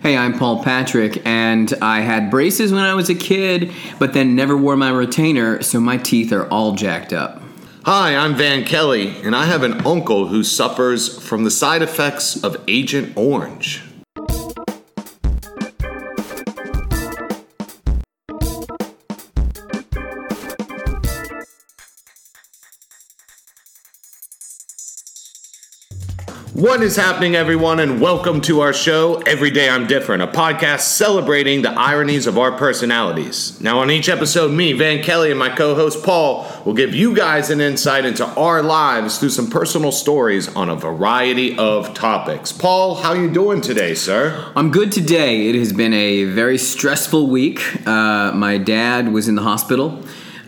Hey, I'm Paul Patrick, and I had braces when I was a kid, but then never wore my retainer, so my teeth are all jacked up. Hi, I'm Van Kelly, and I have an uncle who suffers from the side effects of Agent Orange. What is happening, everyone, and welcome to our show, Every Day I'm Different, a podcast celebrating the ironies of our personalities. Now, on each episode, me, Van Kelly, and my co host Paul will give you guys an insight into our lives through some personal stories on a variety of topics. Paul, how you doing today, sir? I'm good today. It has been a very stressful week. Uh, my dad was in the hospital.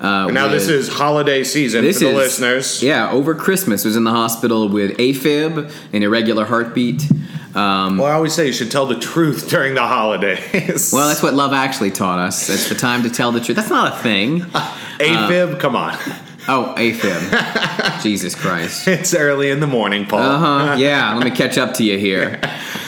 Uh, And now this with- is holiday season This for the is listeners. Yeah, over Christmas was in the hospital with AFib, an irregular heartbeat. Um, Well, I always say you should tell the truth during the holidays. well, that's what love actually taught us. It's the time to tell the truth. That's not a thing. uh, AFib, come on. Oh, AFib. Jesus Christ. It's early in the morning, Paul. Uh huh. Yeah. Let me catch up to you here.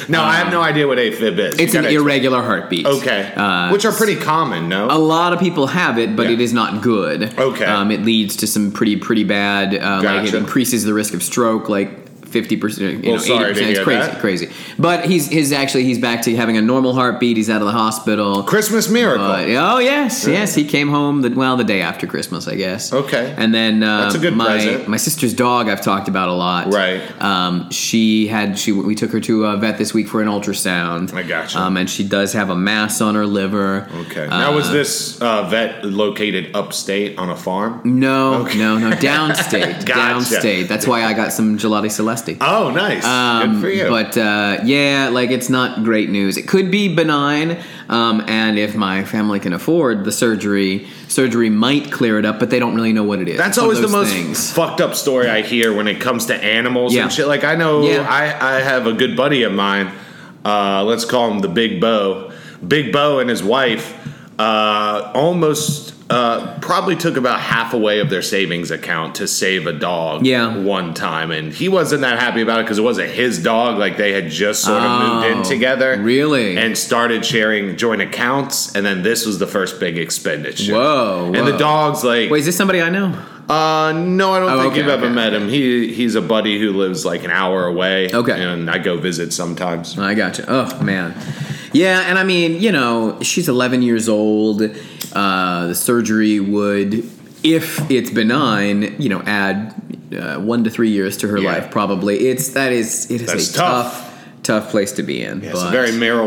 No, I have no idea what It's AFib is. You an Uh, gotta explain. irregular heartbeat. Okay. Which are pretty common, no? A lot of people have it, but Yeah. it is not good. Okay. Um, it leads to some pretty pretty bad. Uh, Like it Gotcha. increases the risk of stroke. Like. Fifty percent, you Well, know, eighty sorry to percent. It's hear crazy, that. crazy. But he's his actually he's back to having a normal heartbeat. He's out of the hospital. Christmas miracle. But, oh yes, yes, he came home. The, well, the day after Christmas, I guess. Okay. And then uh, That's a good my present. my sister's dog, I've talked about a lot. Right. Um, she had she we took her to a vet this week for an ultrasound. I gotcha. Um, and she does have a mass on her liver. okay. Uh, now, was this uh, vet located upstate on a farm? no, no, no, downstate, Gotcha. downstate. That's why I got some gelati celesti. Oh, nice. Um, Good for you. But uh, yeah, like it's not great news. It could be benign, um, and if my family can afford the surgery, surgery might clear it up. But they don't really know what it is. It's that's one of always the those most things. fucked up story I hear when it comes to animals Yeah. and shit. Like I know Yeah. I, I have a good buddy of mine. Uh, let's call him the Big Bo. Big Bo and his wife uh, almost uh, probably took about half away of their savings account to save a dog. Yeah. one time, and he wasn't that happy about it because it wasn't his dog. Like they had just sort of moved in Oh, together, really? and started sharing joint accounts. And then this was the first big expenditure. Whoa, And the whoa. dog's like Wait, is this somebody I know? uh, no, I don't Oh, think okay, you've ever okay, met him. He he's a buddy who lives like an hour away. Okay. and I go visit sometimes. I gotcha. Oh man, yeah, and I mean, you know, she's 11 years old. Uh, the surgery would, if it's benign, you know, add uh, one to three years to her Yeah. life. Probably, it's that is it is That's a tough. tough. Tough place to be in. It's but- a very Meryl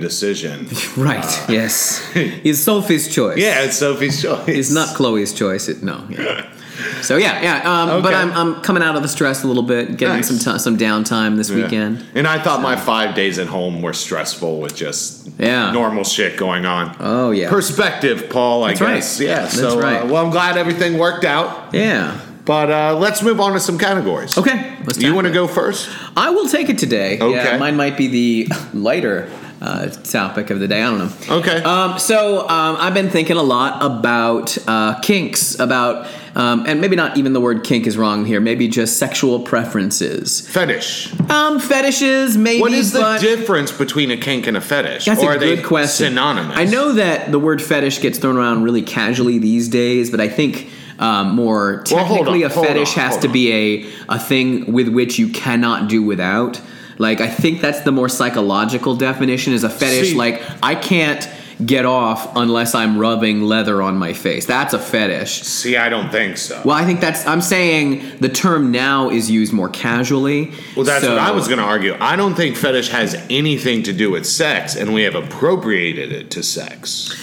decision. Right. yes. It's Sophie's choice. Uh, yeah, it's Sophie's choice. It's not Chloe's choice. It, no. Yeah. So yeah, yeah. Um, But Okay. I'm, I'm coming out of the stress a little bit, getting Nice. some t- some downtime this Yeah. weekend. And I thought my five days at home were stressful with just Yeah. normal shit going on. Oh yeah. Perspective, Paul. I That's right. guess. Yeah. That's so, uh, right. well, I'm glad everything worked out. yeah. But uh, let's move on to some categories. Okay. Let's You want to tackle go first? it. I will take it today. Yeah, Okay. mine might be the lighter uh, topic of the day. I don't know. Okay. Um, so um, I've been thinking a lot about uh, kinks, about um, and maybe not even the word kink is wrong here. Maybe just sexual preferences, Fetish. um, fetishes. Maybe What is the but- difference between a kink and a fetish? That's or a are they good question. synonymous? I know that the word fetish gets thrown around really casually these days, but I think um, more Well, hold technically, on, a hold fetish on, has hold to on. be a a thing with which you cannot do without. Like I think that's the more psychological definition is a fetish. See- like I can't get off unless I'm rubbing leather on my face. That's a fetish. See, I don't think so. Well, Well, I think that's. I'm saying the term now is used more casually. that's so- what I was going to argue. I don't think fetish has anything to do with sex, and we have appropriated it to sex.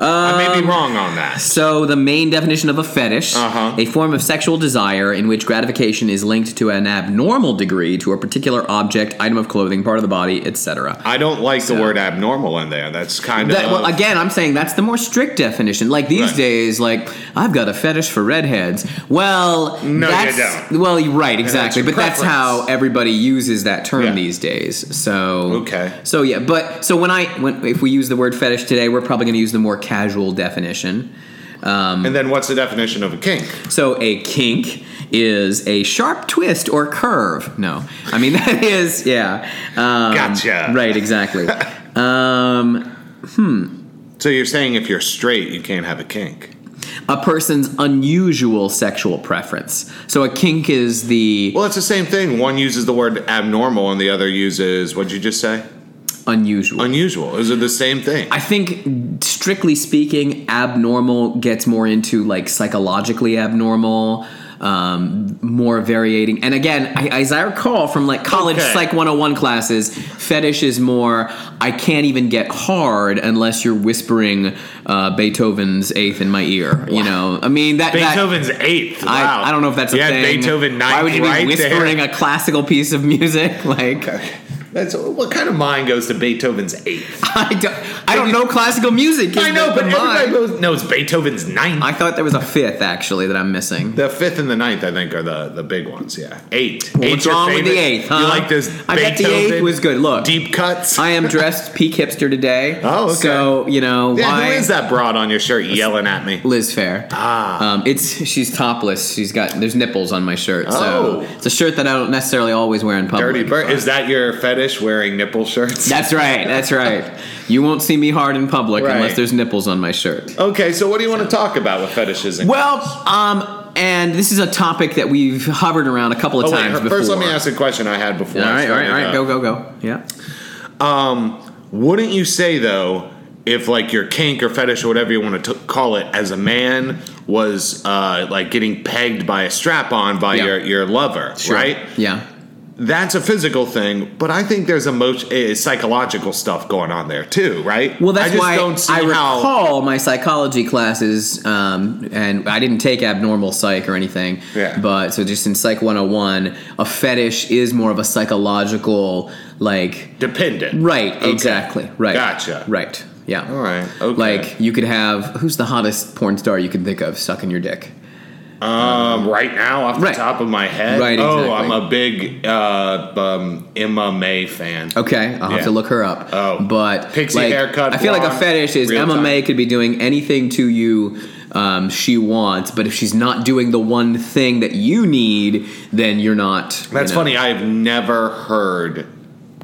I Um, may be wrong on that. So the main definition of a fetish, Uh-huh. a form of sexual desire in which gratification is linked to an abnormal degree to a particular object, item of clothing, part of the body, etc. I don't like the word abnormal in there. That's kind That, of. well, again, I'm saying that's the more strict definition. Like these Right. days, like I've got a fetish for redheads. Well, No, you that's, don't. Well, you're right, exactly. your but that's how preference. everybody uses that term Yeah. these days. So Okay. So yeah, but so when I when if we use the word fetish today, we're probably going to use the more casual definition. Um, And then what's the definition of a kink? so a kink is a sharp twist or curve. No, I mean that is yeah. Um, Gotcha. Right, exactly. um, So you're saying if you're straight, you can't have a kink. a person's unusual sexual preference. So a kink is the Well, it's the same thing. One uses the word abnormal and the other uses, what'd you just say? unusual. Unusual. Is it the same thing? I think, strictly speaking, abnormal gets more into like psychologically abnormal, um, more variating. And again, I, as I recall from like college Okay. Psych 101 classes, fetish is more, I can't even get hard unless you're whispering uh, Beethoven's eighth in my ear. You know, I mean, that. that- Beethoven's eighth. I, Wow. I don't know if that's a yeah, thing. Beethoven ninth. Why would you be right whispering there. a classical piece of music? Like, That's what kind of mind goes to Beethoven's eighth. I don't, I don't know classical music. I know, but Come on. everybody knows, knows Beethoven's ninth. I thought there was a fifth actually that I'm missing. the fifth and the ninth, I think, are the, the big ones. Yeah, eight. Eight's what's your wrong with the favorite? eighth? Huh? You like this? I bet the Beethoven eighth was good. Look, Deep cuts. I am dressed peak hipster today. Oh, okay. So you know yeah, why who is that broad on your shirt yelling at me? Liz Fair. Ah. Um, it's she's topless. She's got there's nipples on my shirt. Oh. So it's a shirt that I don't necessarily always wear in public. Dirty bird. Is that your fetish? Wearing nipple shirts? That's right. That's right. You won't see me hard in public Right. unless there's nipples on my shirt. okay, so what do you want to talk about with fetishes? And Well, um, and this is a topic that we've hovered around a couple of oh, wait, times her- before. first let me ask a question I had before. All I right, all right, all right. started, Go, go, uh, go. Yeah. Wouldn't you say though, if like your kink or fetish or whatever you want to t- call it, as a man was uh, like getting pegged by a strap on by Yeah. your your lover, Sure. right? Yeah. That's a physical thing, but I think there's emotion, uh, psychological stuff going on there too, right? Well, that's I just why don't see I how. recall my psychology classes, um, and I didn't take abnormal psych or anything. Yeah. But so just in Psych 101, a fetish is more of a psychological, like, dependent. right, Okay. exactly. Right. Gotcha. Right. Yeah. All right. Okay. Like, you could have, who's the hottest porn star you can think of sucking your dick? Um, right now, off the Right. top of my head. Right, Oh, exactly. I'm a big uh, um, Emma May fan. Okay, I'll have Yeah. to look her up. Oh. but Pixie like, haircut, I feel like a blonde, fetish is real Emma time. May could be doing anything to you um, she wants, but if she's not doing the one thing that you need, then you're not. That's you know. funny. I've never heard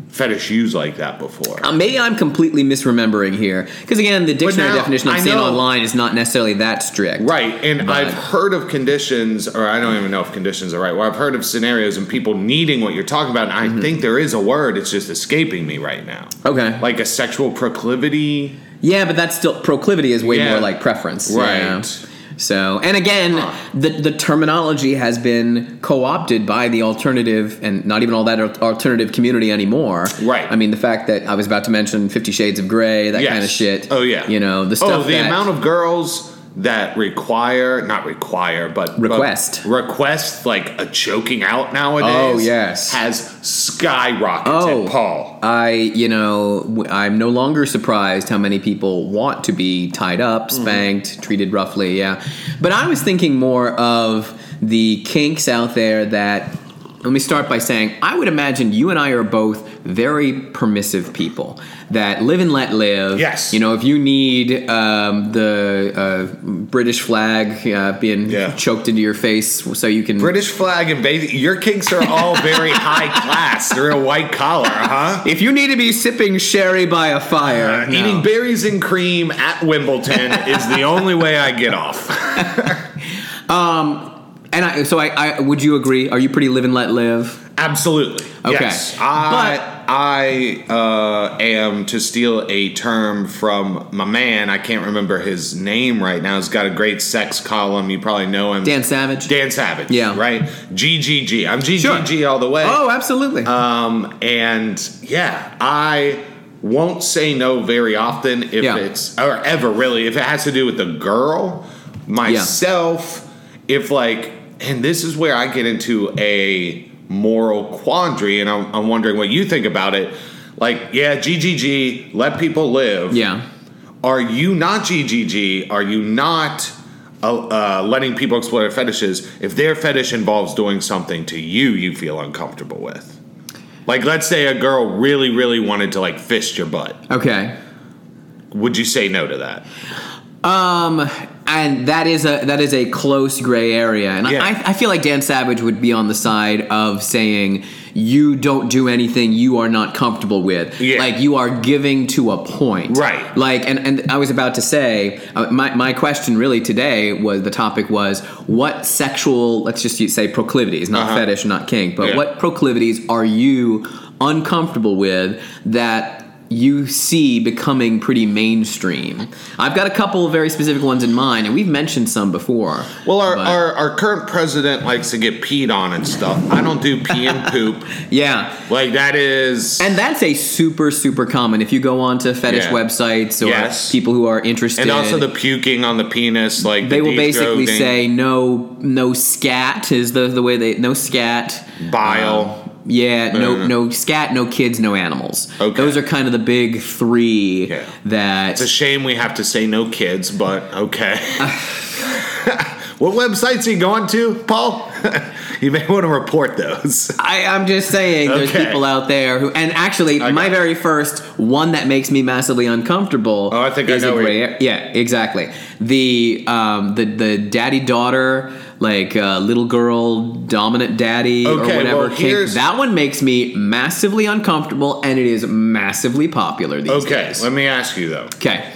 fetish used like that before. Uh, Maybe I'm completely misremembering here, because again, the dictionary now, definition I'm I seeing know- online is not necessarily that strict. Right, and But- I've heard of conditions, or I don't even know if conditions are right. Well, I've heard of scenarios and people needing what you're talking about, and Mm-hmm. I think there is a word. It's just escaping me right now. Okay. Like a sexual proclivity. Yeah, but that's still proclivity is way Yeah. more like preference, you Right. know? So, and again, Huh. the the terminology has been co-opted by the alternative, and not even all that al- alternative community anymore. Right. I mean, the fact that I was about to mention Fifty Shades of Grey, that Yes. kind of shit. Oh yeah. You know the Oh, stuff. the that- amount of girls that require not require but Request. but request like a choking out nowadays. Oh, yes. has skyrocketed. Oh. Paul. I, you know, w- I'm no longer surprised how many people want to be tied up, Mm-hmm. spanked, treated roughly, yeah. But I was thinking more of the kinks out there that, let me start by saying, I would imagine you and I are both very permissive people that live and let live. Yes. You know, if you need um, the uh, British flag uh, being Yeah. choked into your face so you can. British flag and basic. Your kinks are all very high class. They're a white collar, huh? if you need to be sipping sherry by a fire, Uh, no. Eating berries and cream at Wimbledon is the only way I get off. And I, so I, I would you agree? Are you pretty live and let live? Absolutely. Okay. Yes. I I uh, am to steal a term from my man. I can't remember his name right now. He's got a great sex column. You probably know him. Dan Savage. Dan Savage. Yeah. Right. GGG. I'm GGG all the way. Oh, absolutely. Um, and yeah, I won't say no very often if Yeah. it's or ever really if it has to do with the girl myself. If like, and this is where I get into a moral quandary, and I'm, I'm wondering what you think about it. Like, yeah, GGG, let people live. yeah. Are you not GGG? Are you not uh, uh, letting people explore their fetishes if their fetish involves doing something to you you feel uncomfortable with? Like, let's say a girl really, really wanted to like fist your butt. Okay. Would you say no to that? Um, and that is a that is a close gray area, and Yeah. I, I feel like Dan Savage would be on the side of saying you don't do anything you are not comfortable with, Yeah. like you are giving to a point, Right. Like, and and I was about to say uh, my my question really today was the topic was what sexual let's just use- say proclivities, not Uh-huh. fetish, not kink, but Yeah. what proclivities are you uncomfortable with that you see becoming pretty mainstream? I've got a couple of very specific ones in mind, and we've mentioned some before. Well, our, but- our, our current president likes to get peed on and stuff. I don't do pee and poop. yeah. Like, that is. And that's a super, super common. If you go onto fetish Yeah. websites or Yes. people who are interested, and also the puking on the penis, like they the will deep basically throating, say no, no scat is the the way they no scat. um, bile. Yeah, no, no, no scat, no kids, no animals. Okay. Those are kind of the big three Yeah. that. It's a shame we have to say no kids, but okay. what websites are you going to, Paul? you may want to report those. I, I'm just saying, there's Okay. people out there who, and actually, I my got very first one that makes me massively uncomfortable. Oh, I think I is a know where gray you- area- Yeah, exactly. The um, the the daddy daughter, like uh, little girl, dominant daddy Okay, or whatever. well, kink, here's- that one makes me massively uncomfortable, and it is massively popular these Okay, days. let me ask you though. Okay.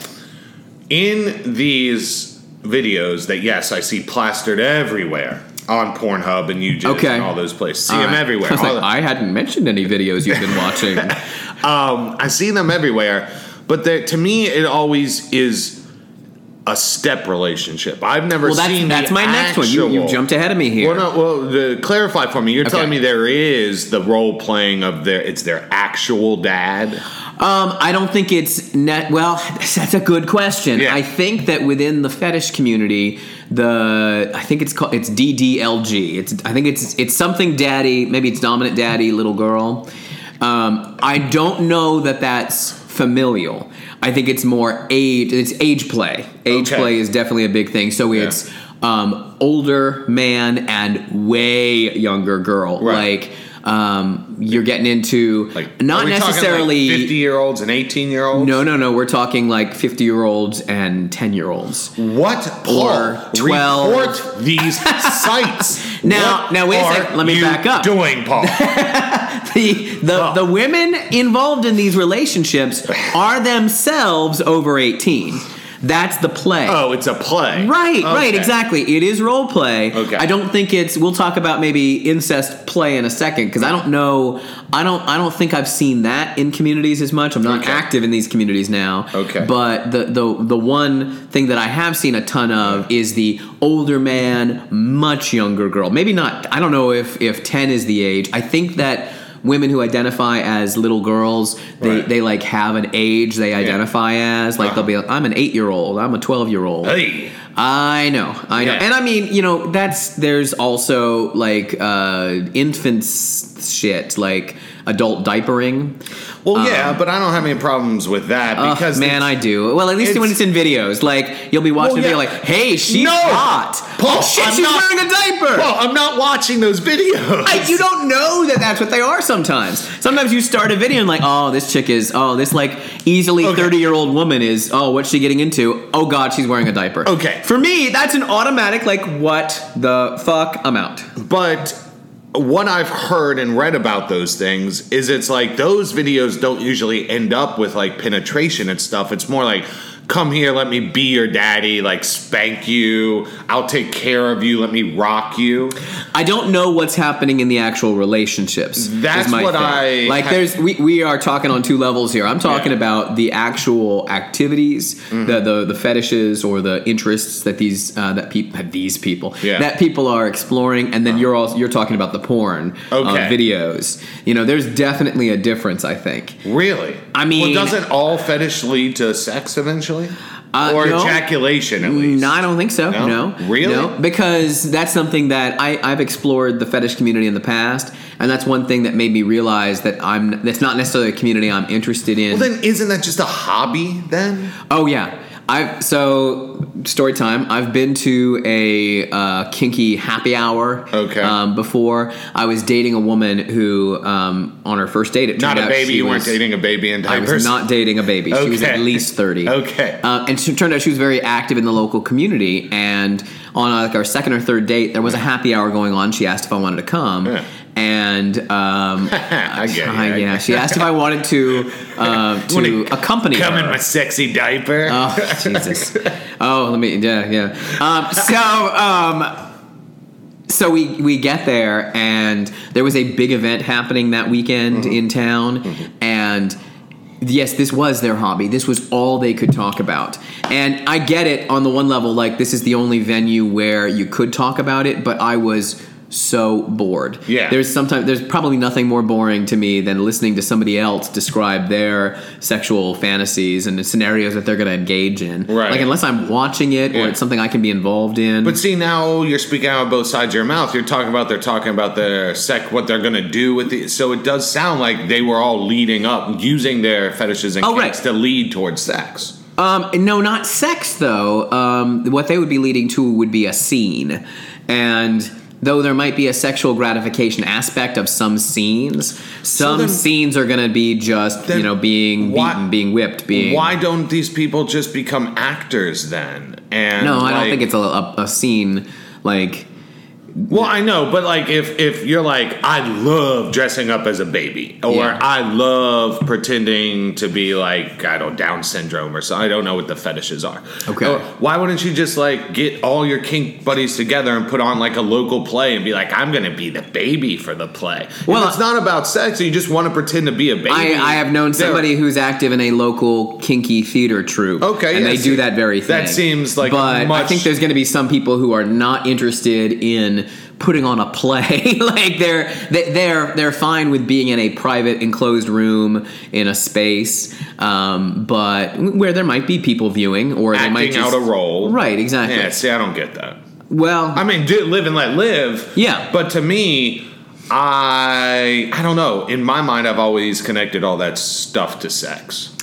In these videos that yes, I see plastered everywhere on Pornhub and YouTube Okay. and all those places. See All them right. everywhere. I, was All like, the- I hadn't mentioned any videos you've been watching. um, I see them everywhere, but there- to me, it always is a step relationship. I've never well, that's, seen. the that's my next one. You, actual, you jumped ahead of me here. Well, no. Well, the, clarify for me. You're telling Okay. me there is the role playing of their. It's their actual dad. Um, I don't think it's net. Well, that's a good question. Yeah. I think that within the fetish community, the I think it's called it's DDLG. It's I think it's it's something daddy. Maybe it's dominant daddy, little girl. Um, I don't know that that's familial. I think it's more age. It's age play. Age Okay. play is definitely a big thing. So Yeah. it's um, older man and way younger girl. Right. Like. Um, you're getting into Like not are we talking, like, necessarily fifty year olds and eighteen year olds. no, no, no. We're talking like 50 year olds and 10 year olds. What Or Paul, 12. report these sites? Now- What now wait a are sec, let me you back up. Doing Paul? The, the, Oh. the women involved in these relationships are themselves over 18. That's the play. oh, it's a play. Right, right, Okay. exactly. It is role play. Okay. I don't think it's. We'll talk about maybe incest play in a second because I don't know. I don't. I don't think I've seen that in communities as much. I'm not Okay. active in these communities now. Okay. But the the the one thing that I have seen a ton of is the older man, much younger girl. Maybe not. I don't know if if ten is the age. I think that. Women who identify as little girls, they, Right. Uh-huh. they like have an age they identify as. Like they'll be like, I'm an eight year old, I'm a twelve year old. Hey. I know, I know, Yeah. and I mean, you know, that's there's also like uh infants shit, like adult diapering. Well, yeah, but I don't have any problems with that Ugh, because Um, uh, man, it's- I do. Well, at least when it's it's- in videos, like you'll be watching Well, a video, yeah. like, "Hey, she's No! hot." Paul, oh shit, I'm she's not- wearing a diaper. Well, I'm not watching those videos. I, you don't know that that's what they are sometimes. Sometimes you start a video and like, oh, this chick is, oh, this like easily Okay. 30 year old woman is, oh, what's she getting into? Oh God, she's wearing a diaper. Okay. For me, that's an automatic like, what the fuck? I'm out. But what I've heard and read about those things is it's like those videos don't usually end up with like penetration and stuff. It's more like, come here, let me be your daddy, like spank you, I'll take care of you, let me rock you. I don't know what's happening in the actual relationships. is That's my what thing. I like. ha- There's we, we are talking on two levels here. I'm talking Yeah. Mm-hmm. about the actual activities, the, the the fetishes or the interests that these uh, that people these people Yeah. that people are exploring, and then you're also you're talking about the porn uh, Okay. videos. You know, there's definitely a difference. I think. Really? I mean- well, doesn't all fetish lead to sex eventually? Uh, or no. ejaculation at least? No, I don't think so. No? No, Really? No, because that's something that I, I've explored the fetish community in the past, and that's one thing that made me realize that I'm that's not necessarily a community I'm interested in. Well, then isn't that just a hobby then? oh yeah. I so story time. I've been to a uh, kinky happy hour. Okay. Um, before I was dating a woman who, um, on her first date, it Not turned a out baby. she You weren't was- dating a baby in I diapers. was not dating a baby. She was Okay. at least thirty. Okay. Uh, and she it turned out she was very active in the local community. And on uh, like our second or third date, there was a happy hour going on. She asked if I wanted to come. Yeah. And um, I get you, uh, I yeah, get she asked if I wanted to uh, Wanna to accompany Come her. in my sexy diaper. Oh Jesus! Oh, let me. Yeah, yeah. Um, so, um, so we we get there, and there was a big event happening that weekend Mm-hmm. in town, and yes, this was their hobby. This was all they could talk about, and I get it on the one level. Like this is the only venue where you could talk about it, but I was so bored. Yeah. There's sometimes there's probably nothing more boring to me than listening to somebody else describe their sexual fantasies and the scenarios that they're going to engage in. Right. Like unless I'm watching it Yeah. or it's something I can be involved in. But see now you're speaking out of both sides of your mouth. You're talking about they're talking about their sec what they're gonna do with it. So it does sound like they were all leading up, using their fetishes and Oh, right. kinks to lead towards sex. um, no, not sex though. Um, what they would be leading to would be a scene, and though there might be a sexual gratification aspect of some scenes, some then- scenes are going to be just Then you know being why- beaten, being whipped, being Why don't these people just become actors then? And No, I like- don't think it's a, a, a scene like. Well, I know, but like if if you're like I love dressing up as a baby or Yeah. I love pretending to be like I don't Down syndrome or so I don't know what the fetishes are. Okay. Or why wouldn't you just like get all your kink buddies together and put on like a local play and be like I'm going to be the baby for the play. Well, Well, it's not about sex, you just want to pretend to be a baby. I, I have known There- somebody who's active in a local kinky theater troupe. Okay, and yeah, they see, do that very thing. that seems like but I much- think there's going to be some people who are not interested in putting on a play. like they're they- they're they're fine with being in a private enclosed room in a space, um, but where there might be people viewing or they might acting just, out a role. Right, exactly. Yeah, see I don't get that. Well, I mean, do, live and let live. Yeah. But to me, I I don't know. In my mind, I've always connected all that stuff to sex.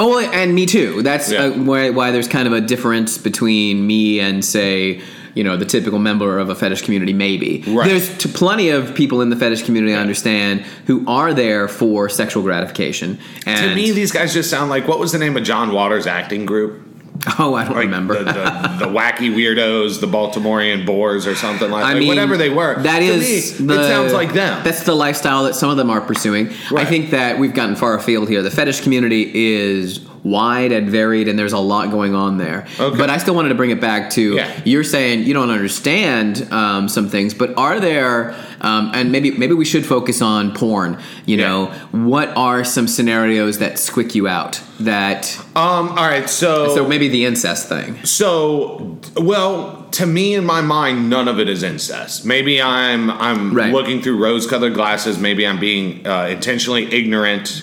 Oh, and me too. That's Yeah. uh, why, why there's kind of a difference between me and say, you know, the typical member of a fetish community. Maybe Right. there's t- plenty of people in the fetish community I understand who are there for sexual gratification. And to me, these guys just sound like what was the name of John Waters' acting group? oh, I don't Like remember. the, the, the wacky weirdos, the Baltimorean boars, or something like I that. mean, whatever they were. That to is, me, the, it sounds like them. That's the lifestyle that some of them are pursuing. I Right. think that we've gotten far afield here. The fetish community is wide and varied, and there's a lot going on there. Okay. But I still wanted to bring it back to Yeah. you're saying you don't understand um, some things, but are there? Um, and maybe maybe we should focus on porn. You Yeah. know, what are some scenarios that squick you out? That um. All right. so maybe the incest thing. So, well, to me in my mind, none of it is incest. Maybe I'm I'm Right. looking through rose-colored glasses. Maybe I'm being uh, intentionally ignorant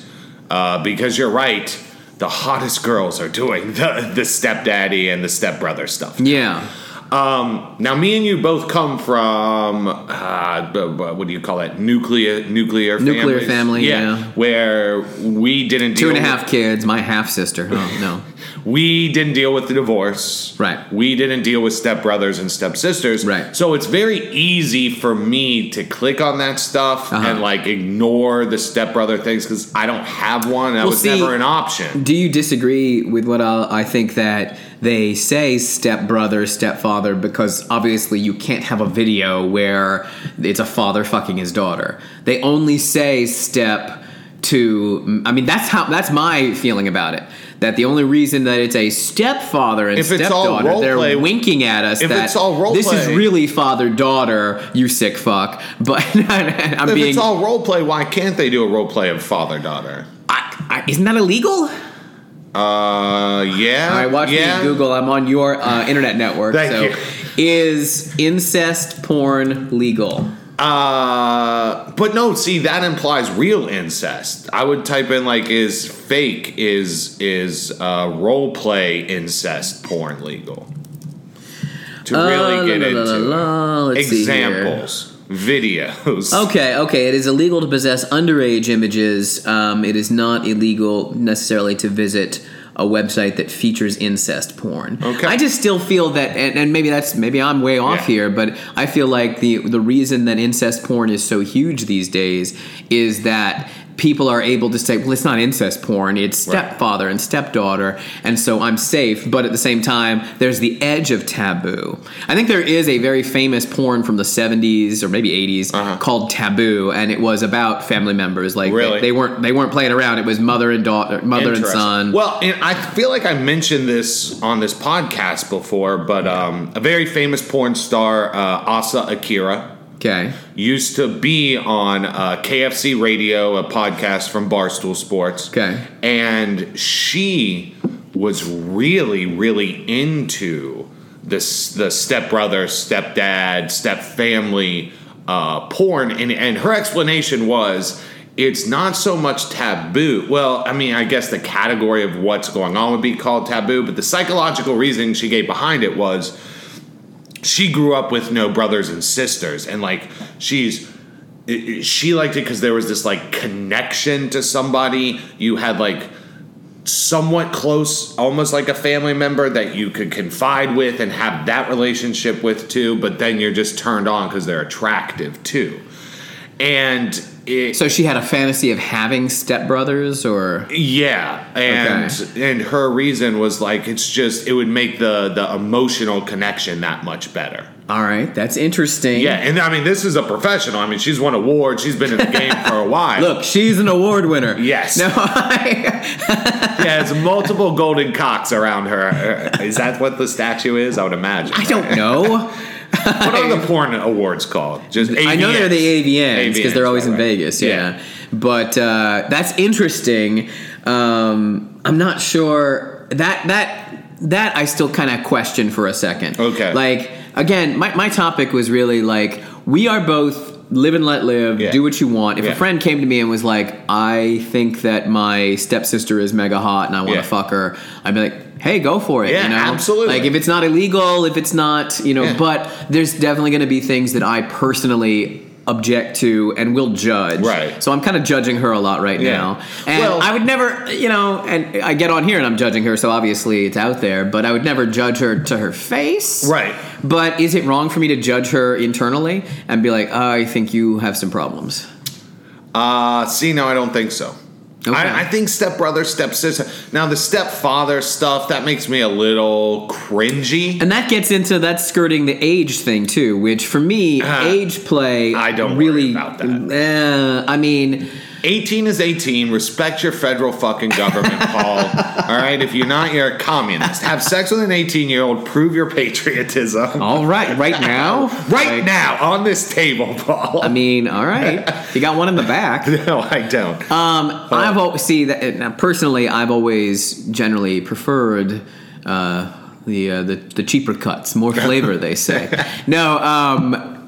uh, because you're right. The hottest girls are doing the the stepdaddy and the stepbrother stuff. Yeah. Um, now, me and you both come from uh, b- b- what do you call it? Nuclear nuclear Nuclear families. family, yeah. Where we didn't Two deal and a with- half kids, my half sister. Oh, no. we didn't deal with the divorce. Right. We didn't deal with stepbrothers and stepsisters. Right. So it's very easy for me to click on that stuff Uh-huh. and like ignore the stepbrother things because I don't have one. That was see- never an option. Do you disagree with what i I think that they say stepbrother, stepfather, because obviously you can't have a video where it's a father fucking his daughter. They only say step to. I mean, that's how. That's my feeling about it. That the only reason that it's a stepfather and If it's all stepdaughter, role they're play- winking at us if that it's all role this play- is really father daughter. You sick fuck. But I'm If being. it's all role play, why can't they do a role play of father daughter? I, I, isn't that illegal? Uh, yeah. All right, watch yeah. me Google. I'm on your uh, internet network. Thank so, you. is incest porn legal? Uh, but no, see that implies real incest. I would type in like is fake is is uh, role play incest porn legal? To really get Uh, La, la, la, into it. la, la. Let's see here. Oh, examples, videos. Okay, okay. It is illegal to possess underage images. Um, it is not illegal necessarily to visit a website that features incest porn. Okay. I just still feel that, and, and maybe that's maybe I'm way off Yeah. here, but I feel like the the reason that incest porn is so huge these days is that people are able to say, well, it's not incest porn; it's Right. stepfather and stepdaughter, and so I'm safe. But at the same time, there's the edge of taboo. I think there is a very famous porn from the 70s or maybe 80s Uh-huh. called Taboo, and it was about family members. Like they- Really? they, weren't they weren't playing around. It was mother and daughter, mother and Interesting. son. Well, and I feel like I mentioned this on this podcast before, but um, a very famous porn star, uh, Asa Akira, okay. used to be on uh, KFC Radio, a podcast from Barstool Sports. Okay. And she was really, really into this the stepbrother, stepdad, stepfamily uh, porn, and and her explanation was. It's not so much taboo. Well, I mean, I guess the category of what's going on would be called taboo, but the psychological reasoning she gave behind it was she grew up with no brothers and sisters and like she's it- it- she liked it because there was this like connection to somebody you had like somewhat close almost like a family member that you could confide with and have that relationship with too but then you're just turned on because they're attractive too and it, So she had a fantasy of having stepbrothers, or yeah, and and her reason was like it's just it would make the the emotional connection that much better. all right, that's interesting. Yeah, and I mean, this is a professional. I mean, she's won awards. She's been in the game for a while. Look, she's an award winner. Yes. No. I- she has multiple golden cocks around her. Is that what the statue is? I would imagine. I don't know. What are the porn awards called? Just I know they're the AVNs because they're AVNs, always in right, right. Vegas. Yeah, Yeah. but uh, that's interesting. Um, I'm not sure that that that I still kind of question for a second. Okay. like again, my my topic was really like we are both. Live and let live. Yeah. Do what you want. If Yeah. a friend came to me and was like, "I think that my stepsister is mega hot and I want to Yeah. fuck her," I'd be like, "Hey, go for it." Yeah, you know? absolutely. Like if it's not illegal, if it's not, you know, Yeah. but there's definitely going to be things that I personally object to and will judge. Right. So I'm kind of judging her a lot right Yeah. now. And Well- I would never, you know, and I get on here and I'm judging her, so obviously it's out there, but I would never judge her to her face. Right. But is it wrong for me to judge her internally and be like, I think you have some problems? Uh, see, no, I don't think so. Okay. I, I think stepbrother, stepsister. Now the stepfather stuff that makes me a little cringy. And that gets into that skirting the age thing too, which for me, Uh, age play. I don't worry really. about that. Eh, I mean, 18 is 18. Respect your federal fucking government, Paul. All right? If you're not, you're a communist. Have sex with an 18 year old. Prove your patriotism. all right, right now, Right Like, now, on this table, Paul. I mean, all right, you got one in the back. no, I don't. Um, I've always see that uh, now, personally. I've always generally preferred uh, the, uh, the the cheaper cuts, more flavor. they say no. Um,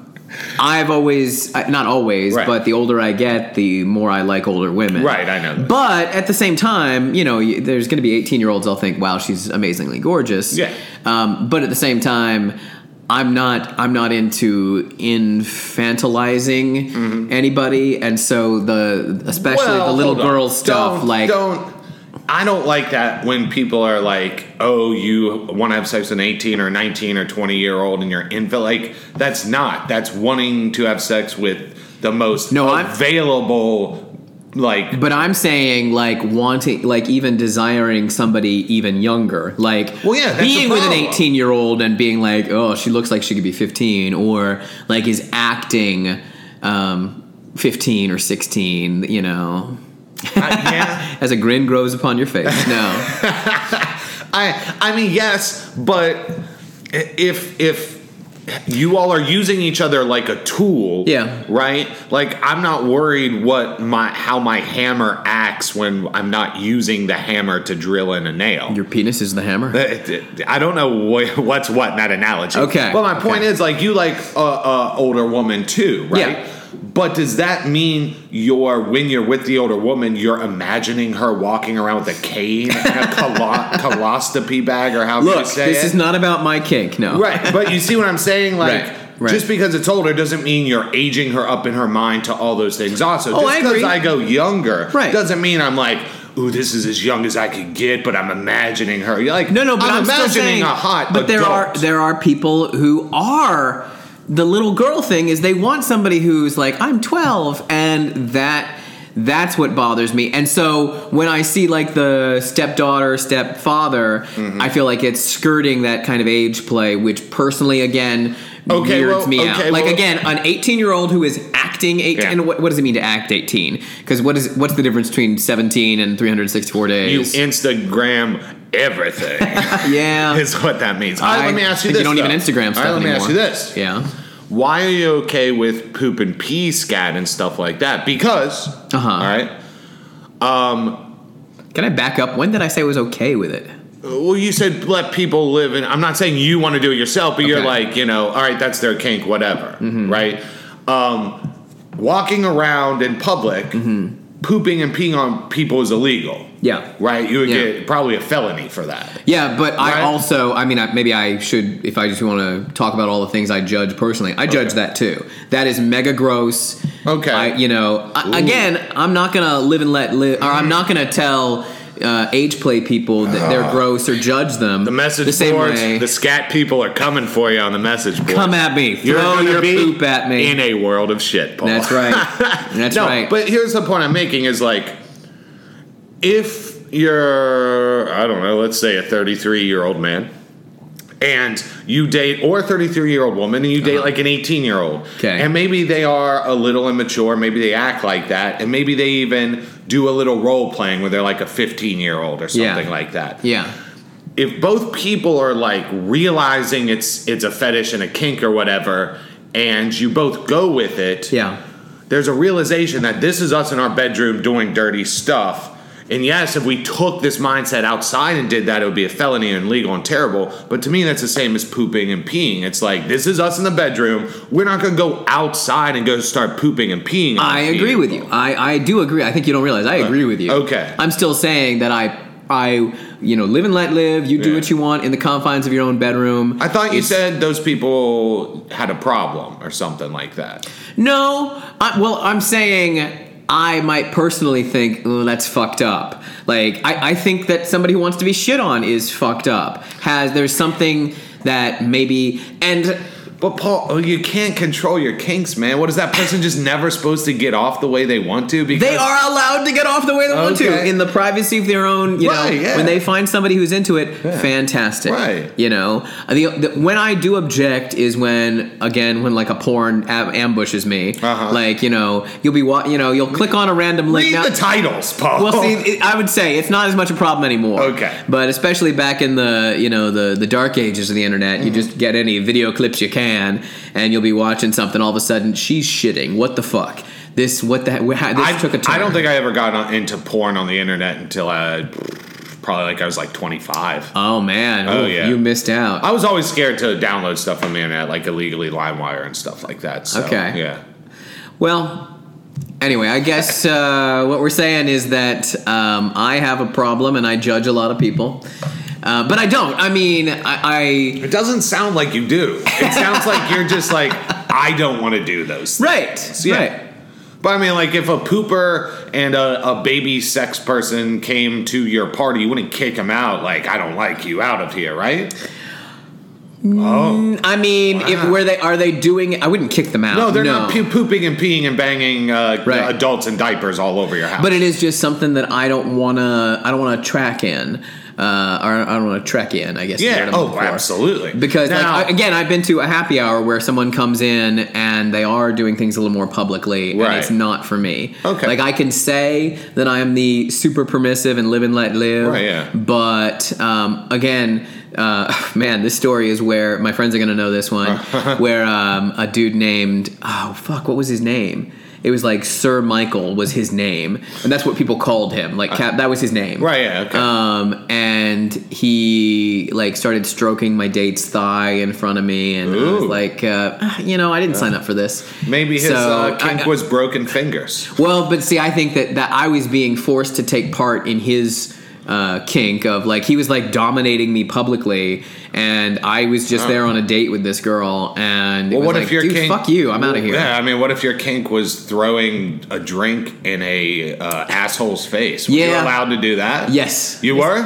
I've always I- not always, Right. but the older I get, the more I like older women. Right, I know that. But at the same time, you know, you- there's going to be 18 year olds. I'll think, wow, she's amazingly gorgeous. Yeah. Um, but at the same time. I'm not. I'm not into infantilizing anybody, and so the especially especially the little Mm-hmm. hold girl on. stuff. Don't- like, don't. I don't like that when people are like, "Oh, you want to have sex with an eighteen or nineteen or twenty year old, and you're infant." Like that's not. That's wanting to have sex with the most No, I'm- available. Like uh, but I'm saying like wanting, like even desiring somebody even younger. Like, Well, yeah, that's the being with an problem. 18 year old and being like, oh, she looks like she could be 15, or like is acting um, 15 or 16. You know, I, yeah. as a grin grows upon your face. No. I I mean yes, but i- if if you all are using each other like a tool, Yeah. right? Like I'm not worried what my how my hammer acts when I'm not using the hammer to drill in a nail. Your penis is the hammer. I don't know wh- what's what in that analogy. Okay. But my point Okay. is, like, you like a, a older woman too, right? Yeah. But does that mean you're when you're with the older woman, you're imagining her walking around with a cane and a colo- colostopy bag or however you Look, say this it? is not about my kink. No. right. But you see what I'm saying, like. Right, right. Just because it's older doesn't mean you're aging her up in her mind to all those things. Also, Oh, just I because agree. I go younger Right. doesn't mean I'm like, ooh, this is as young as I could get, but I'm imagining her. You're like, No, no, but I'm, imagining still saying, a hot. But there are adult. there are people who are the little girl thing is they want somebody who's like I'm 12 and that that's what bothers me. And so when I see like the stepdaughter, stepfather, Mm-hmm. I feel like it's skirting that kind of age play, which personally again Okay, weirds well, me okay, out. Like well- again, an 18 year old who is acting 18. Yeah. And what, what does it mean to act 18? Because what is what's the difference between 17 and 364 you days? Instagram everything. yeah. is what that means. All right, let me ask you think this. You don't even though. Instagram stuff All right, let me anymore. ask you this. Yeah. Why are you okay with poop and pee scat and stuff like that? Because, Uh-huh. all right, Can I back up? When did I say I was okay with it? well, you said let people live in. I'm not saying you want to do it yourself, but you're Okay. Mm-hmm. like, you know, all right, that's their kink, whatever, right? Um, walking around in public, Mm-hmm. pooping and peeing on people is illegal, Yeah. right? You would Yeah. get probably a felony for that. Yeah, but I Right. also, I mean, I, maybe I should, if I just want to talk about all the things I judge personally, I judge Okay. that too. That is mega gross. Okay. I, you know, I, Ooh. again, I'm not going to live and let live, or I'm not going to tell uh, age play people that they're gross or judge them. The message Uh-huh. the same boards, way. the scat people are coming for you on the message board. Come at me. Throw gonna your be poop at me. in a world of shit, Paul. That's right. That's no, right. but here's the point I'm making: is like, if you're, I don't know, let's say a 33 year old man, and you date or a 33 year old woman, and you Uh-huh. date like an 18 year old, 'Kay. and maybe they are a little immature, maybe they act like that, and maybe they even do a little role playing where they're like a 15 year old or Yeah. something like that yeah. if both people are like realizing it's it's a fetish and a kink or whatever and you both go with it Yeah. there's a realization that this is us in our bedroom doing dirty stuff and yes if we took this mindset outside and did that it would be a felony and legal and terrible but to me that's the same as pooping and peeing it's like this is us in the bedroom we're not going to go outside and go start pooping and peeing on I people. agree with you. I, I do agree. I think you don't realize. I agree with you. okay. I'm still saying that I I you know live and let live. You do Yeah. what you want in the confines of your own bedroom. i thought you It's- said those people had a problem or something like that no. I, well, I'm saying I might personally think "Oh, that's fucked up. Like I, I think that somebody who wants to be shit on is fucked up. Has there's something that maybe and But Paul, oh, you can't control your kinks, man. What is that person just never supposed to get off the way they want to? Because They are allowed to get off the way they want to Okay. in the privacy of their own. You Right, know, yeah. when they find somebody who's into it, fantastic. Right. You know, Uh, the, the, when I do object is when again when like a porn ab- ambushes me. Uh-huh. Like you know, you'll be wa- you know you'll click on a random link. read Now- the titles, Paul. well, see, it, I would say it's not as much a problem anymore. Okay. but especially back in the you know the the dark ages of the internet, Mm. you just get any video clips you can, and you'll be watching something. All of a sudden, she's shitting. What the fuck? This what the wh- how, this I, took a turn. I don't think I ever got on, into porn on the internet until I probably like I was like 25. Oh man! Oh, Ooh, yeah. you missed out. I was always scared to download stuff on the internet, like illegally LimeWire and stuff like that. So, Okay. Yeah. Well, anyway, I guess uh, what we're saying is that um, I have a problem and I judge a lot of people, uh, but I don't. I mean, I, I It doesn't sound like you do. It sounds like you're just like I don't want to do those. right, Yeah. right. But I mean, like, if a pooper and a, a baby sex person came to your party, you wouldn't kick him out. Like, I don't like you out of here, right? Mm. Oh. I mean, if Wow. where they are they doing? I wouldn't kick them out. No, they're not poo- pooping and peeing and banging uh, Right. adults in diapers all over your house. But it is just something that I don't wanna. I don't wanna track in. Uh, or I don't want to trek in. I guess. is what yeah. I'm Oh, looking for. absolutely. Because like, Now- I- again, I've been to a happy hour where someone comes in and they are doing things a little more publicly, Right. and it's not for me. Okay. like I can say that I am the super permissive and live and let live. Right, yeah. But um, again, uh, man, this story is where my friends are going to know this one, where um, a dude named oh fuck, what was his name? It was like Sir Michael was his name, and that's what people called him. Like Cap, that was his name. Uh, Right, yeah, okay. Um, and he like started stroking my date's thigh in front of me, and I was Ooh. like, uh, "Ah, you know, I didn't sign up for this. maybe his So, uh, I- kink was broken fingers. well, but see, I think that that I was being forced to take part in his uh, kink of like he was like dominating me publicly, and I was just Oh. there on a date with this girl, and it Well, was what like, if your dude, kink? fuck you, I'm out of here. Yeah, I mean, what if your kink was throwing a drink in a uh, asshole's face? Were you Yeah. allowed to do that? Yes. you were.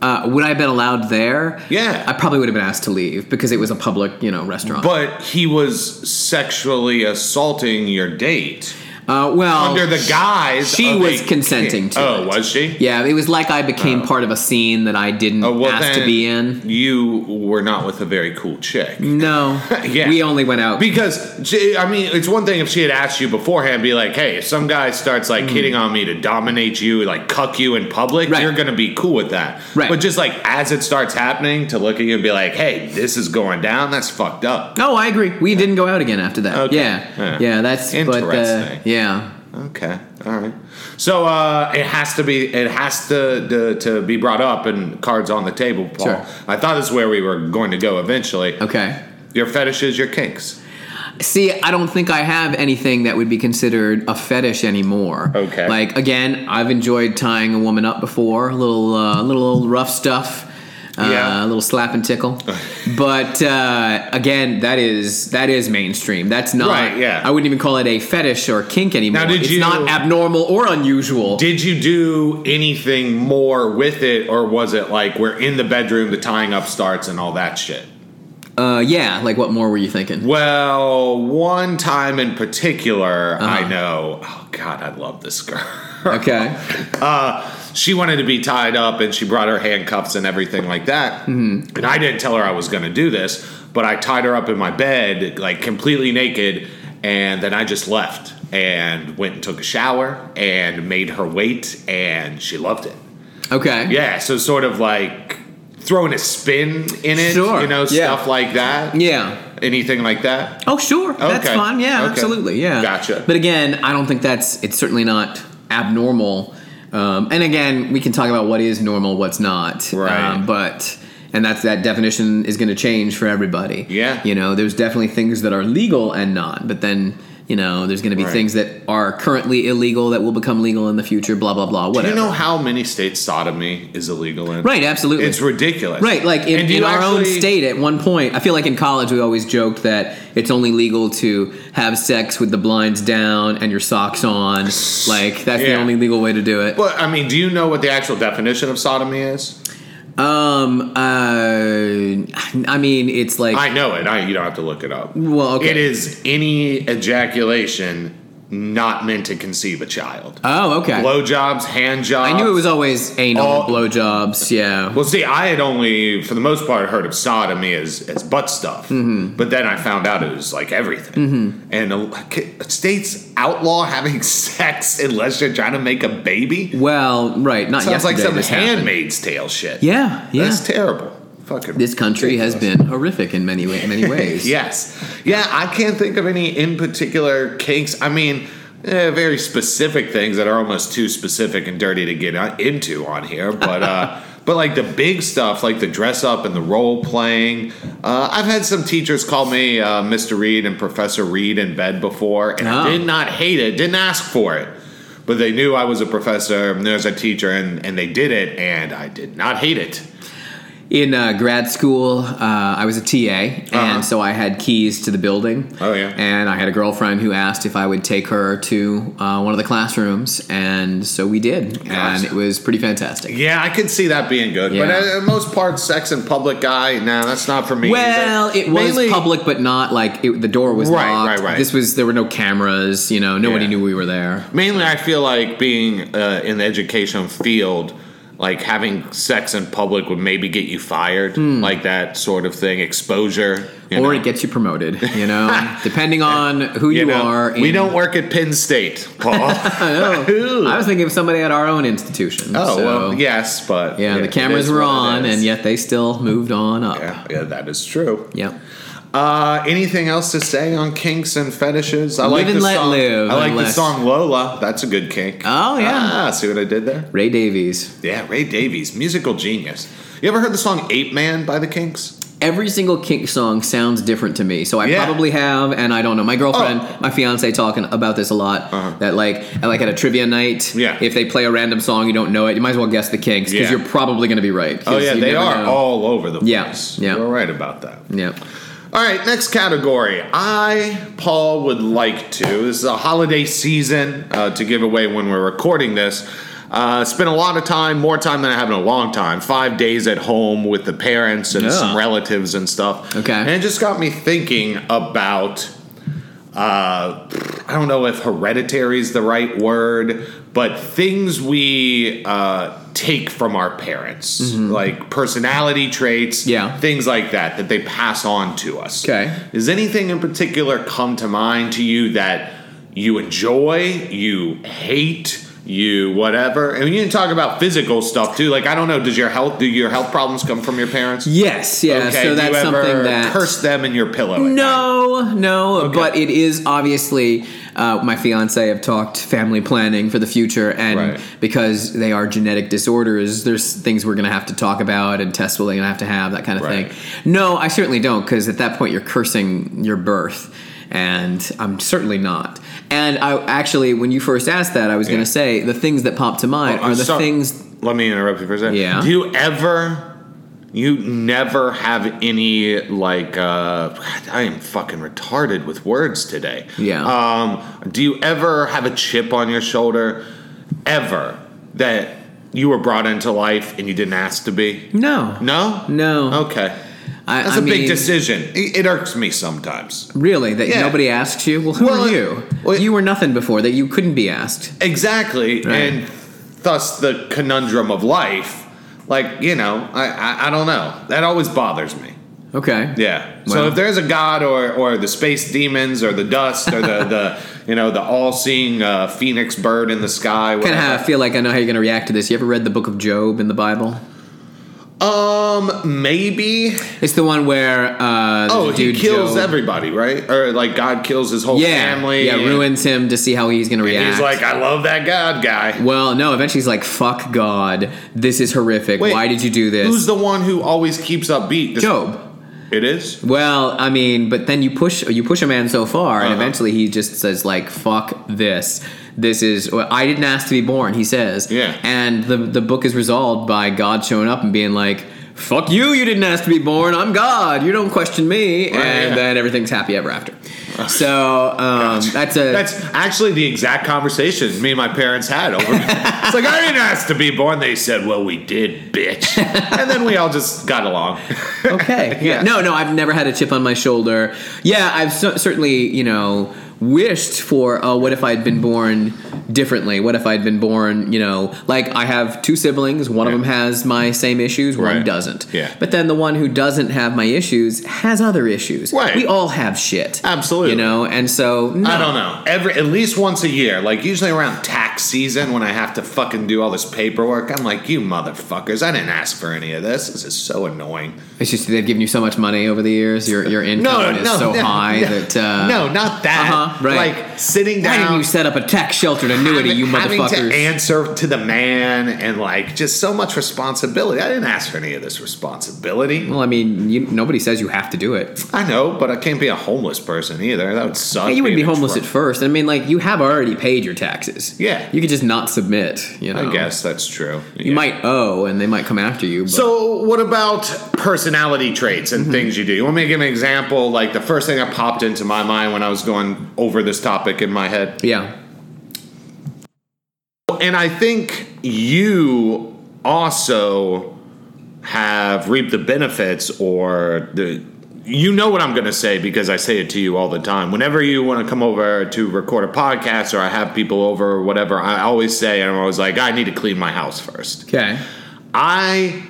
Uh, would I have been allowed there? Yeah. I probably would have been asked to leave because it was a public, you know, restaurant. But he was sexually assaulting your date uh, well, under the guise. she of was a consenting kink. to Oh, it. was she? yeah, it was like I became part of a scene that I didn't Oh, well, ask to then be in. You were not with a very cool chick. No, Yeah. we only went out. Because she- I mean, it's one thing if she had asked you beforehand, be like, "Hey, if some guy starts like hitting on me to dominate you, like cuck you in public, Mm-hmm. Right. you're gonna be cool with that." Right. But just like as it starts happening, to look at you and be like, "Hey, this is going down. That's fucked up." No, I agree. We didn't go out again after that. Okay. Yeah. Yeah. yeah, That's But, uh, Interesting. yeah, Okay, all right. So uh, it has to be. It has to, to to be brought up and cards on the table, Paul. Sure. Uh, I thought this is where we were going to go eventually. okay. Your fetishes, your kinks. See, I don't think I have anything that would be considered a fetish anymore. Okay. Like again, I've enjoyed tying a woman up before, a little uh, little old rough stuff. Uh, Yeah. a little slap and tickle, but uh, again, that is that is mainstream. That's not. Right, yeah. I wouldn't even call it a fetish or kink anymore. did it's you- not abnormal or unusual. Did you do anything more with it, or was it like we're in the bedroom, the tying up starts, and all that shit? uh, yeah. Like, what more were you thinking? Well, one time in particular, I know. Oh God, I love this girl. Uh-huh. Okay. Uh, she wanted to be tied up, and she brought her handcuffs and everything like that. Mm-hmm. And I didn't tell her I was going to do this, but I tied her up in my bed, like completely naked, and then I just left and went and took a shower and made her wait, and she loved it. Okay. Yeah, so sort of like throwing a spin in it, Sure, you know, yeah. stuff like that. Yeah. Anything like that? Oh, sure. That's Okay. fine. Yeah, Okay. absolutely. Yeah. Gotcha. But again, I don't think that's, it's certainly not abnormal. Um, and again, we can talk about what is normal, what's not. Right. Um, but, and that's, that definition is going to change for everybody. Yeah. You know, there's definitely things that are legal and not, but then, you know, there's going to be Right. things that are currently illegal that will become legal in the future, blah, blah, blah, Do whatever. you know how many states sodomy is illegal in? right, absolutely. It's ridiculous. Right, like in, And do in you our own actually- state at one point, I feel like in college we always joked that it's only legal to have sex with the blinds down and your socks on. Like, that's the Yeah. only legal way to do it. But I mean, do you know what the actual definition of sodomy is? Um, uh, I mean, it's like, I know it. I, you don't have to look it up. well, okay. It is any ejaculation not meant to conceive a child. Oh, okay. Blowjobs, hand jobs. I knew it was always anal All- blowjobs, yeah. Well, see, I had only, for the most part, heard of sodomy as, as butt stuff. Mm-hmm. But then I found out it was like everything. And uh, states outlaw having sex unless you're trying to make a baby. Well, right, not Sounds like yesterday some this happened. handmaid's tale shit. Yeah, yeah. That's terrible. Fucking this country has been horrific in many, wa- many ways. Yes. Yeah, I can't think of any in particular kinks. I mean, eh, very specific things that are almost too specific and dirty to get on, into on here, but uh but like the big stuff like the dress up and the role playing. Uh, I've had some teachers call me uh, Mr. Reed and Professor Reed in bed before and I Oh. did not hate it, didn't ask for it. But they knew I was a professor, and there's a teacher, and, and they did it, and I did not hate it. In uh, grad school, uh, I was a TA, Uh-huh. and so I had keys to the building. Oh, yeah. And I had a girlfriend who asked if I would take her to uh, one of the classrooms, and so we did, and Gotcha. it was pretty fantastic. Yeah, I could see that being good, but Yeah. uh, most part, sex and public guy. Nah, that's not for me. Well, either. it was Mainly- public, but not like it, the door was Right, locked. right, right. This was there were no cameras. You know, nobody Yeah. knew we were there. Mainly, I feel like being uh, in the education field, like having sex in public would maybe get you fired, like that sort of thing. Exposure, you Hmm. or know. it gets you promoted, you know, depending on who you, You know, are. we in- don't work at Penn State, Paul. Ooh. I was thinking of somebody at our own institution. oh so- well, yes, but Yeah, the it cameras is were what it on, is. and yet they still moved on up. yeah, yeah, that is true. Yep. Uh, anything else to say on kinks and fetishes? I like and the let song. live, I like the unless- song Lola. That's a good kink. Oh, yeah. Ah, see what I did there? Ray Davies. Yeah, Ray Davies, musical genius. You ever heard the song Ape Man by the Kinks? every single kink song sounds different to me. So I Yeah. probably have, and I don't know. My girlfriend, Oh. my fiance, talking about this a lot. Uh-huh. That like, at, like at a trivia night, Yeah. if they play a random song, you don't know it. You might as well guess the kinks because Yeah. you're probably going to be right. 'cause Oh yeah, you they never are know. all over the place. Yeah, yeah. You're right about that. Yeah. All right, next category. I, Paul, would like to. This is a holiday season uh, to give away when we're recording this. Uh, spent a lot of time, more time than I have in a long time, five days at home with the parents and Yeah. some relatives and stuff. Okay. And it just got me thinking about uh, I don't know if hereditary is the right word, but things we uh, take from our parents, like personality traits, Mm-hmm. Yeah. things like that, that they pass on to us. Okay. Does anything in particular come to mind to you that you enjoy, you hate? You whatever, and you can talk about physical stuff too. Like I don't know, does your health do your health problems come from your parents? Yes. Yeah. okay, so do that's you ever something that curse them in your pillow? at night? No, no, but it is obviously uh, my fiance have talked family planning for the future, and Right. because they are genetic disorders, there's things we're going to have to talk about and tests we're going to have to have that kind of Right. thing. No, I certainly don't, because at that point you're cursing your birth. And I'm certainly not. And I actually, when you first asked that, I was Yeah. Oh, going to say the things that pop to mind I'm are the sorry. things. Let me interrupt you for a second. Yeah. Do you ever? You never have any like. Uh, God, I am fucking retarded with words today. Yeah. Um. Do you ever have a chip on your shoulder? Ever that you were brought into life and you didn't ask to be? No, No. no. Okay. I, Oh, That's a a big decision. It, it irks me sometimes. Really? That Yeah. nobody asks you? Well, who Well, uh, are you? well- you were nothing before, that you couldn't be asked. Exactly, Right. and thus the conundrum of life. Like you know, I, I I don't know. That always bothers me. Okay. Yeah. so Well- if there's a god or or the space demons or the dust or the the you know the all seeing uh, phoenix bird in the sky. Kind Whatever, of how I feel like I know how you're going to react to this. You ever read the book of Job in the Bible? um maybe. It's the one where uh, Oh, there's a he dude, kills Job- everybody, right? Or like God kills his whole yeah, family. yeah, and- ruins him to see how he's going to and react. He's like, I love that god guy. well, no. Eventually, he's like, "Fuck God, this is horrific. Wait, Why did you do this?" Who's the one who always keeps upbeat? This- Job? It is. Well, I mean, but then you push you push a man so far, and Uh-huh. eventually he just says like, "Fuck this! This is well, I didn't ask to be born." He says, Yeah. And the the book is resolved by God showing up and being like, "Fuck you! You didn't ask to be born. I'm God. You don't question me." and yeah. then everything's happy ever after. So um, that's a That's actually the exact conversation me and my parents had over. it's like I didn't ask to be born. They said, "Well, we did, bitch," and then we all just got along. okay. Yeah. Yeah. No, no, I've never had a chip on my shoulder. Yeah, I've cer- certainly, you know, wished for, oh, what if I'd been born differently? What if I'd been born, you know, like I have two siblings. One Yeah. of them has my same issues, one Right. doesn't. Yeah. But then the one who doesn't have my issues has other issues. Right. We all have shit. Absolutely. Uh, You know, and so, no. I don't know. Every at least once a year, like usually around tax season when I have to fucking do all this paperwork, I'm like, "You motherfuckers! I didn't ask for any of this. This is so annoying." It's just they've given you so much money over the years. Your, your income No, is no, so no, high no, that. Uh, no, not that. uh-huh, right. Like sitting Why down. didn't you set up a tax sheltered annuity, you having motherfuckers? to answer to the man and like just so much responsibility. I didn't ask for any of this responsibility. Well, I mean, you, nobody says you have to do it. I know, but I can't be a homeless person either. That would suck. you would being be a homeless at twerp. first. I mean, like you have already paid your taxes. Yeah. you could just not submit. You know, I guess that's true. you might owe, and they might come after you. But So, what about personality traits Mm-hmm. and things you do? You want me to give an example? Like the first thing that popped into my mind when I was going over this topic in my head yeah, And I think you also have reaped the benefits or the you know what I'm going to say because I say it to you all the time. Whenever you want to come over to record a podcast or I have people over or whatever, I always say and I'm always like I need to clean my house first. okay, I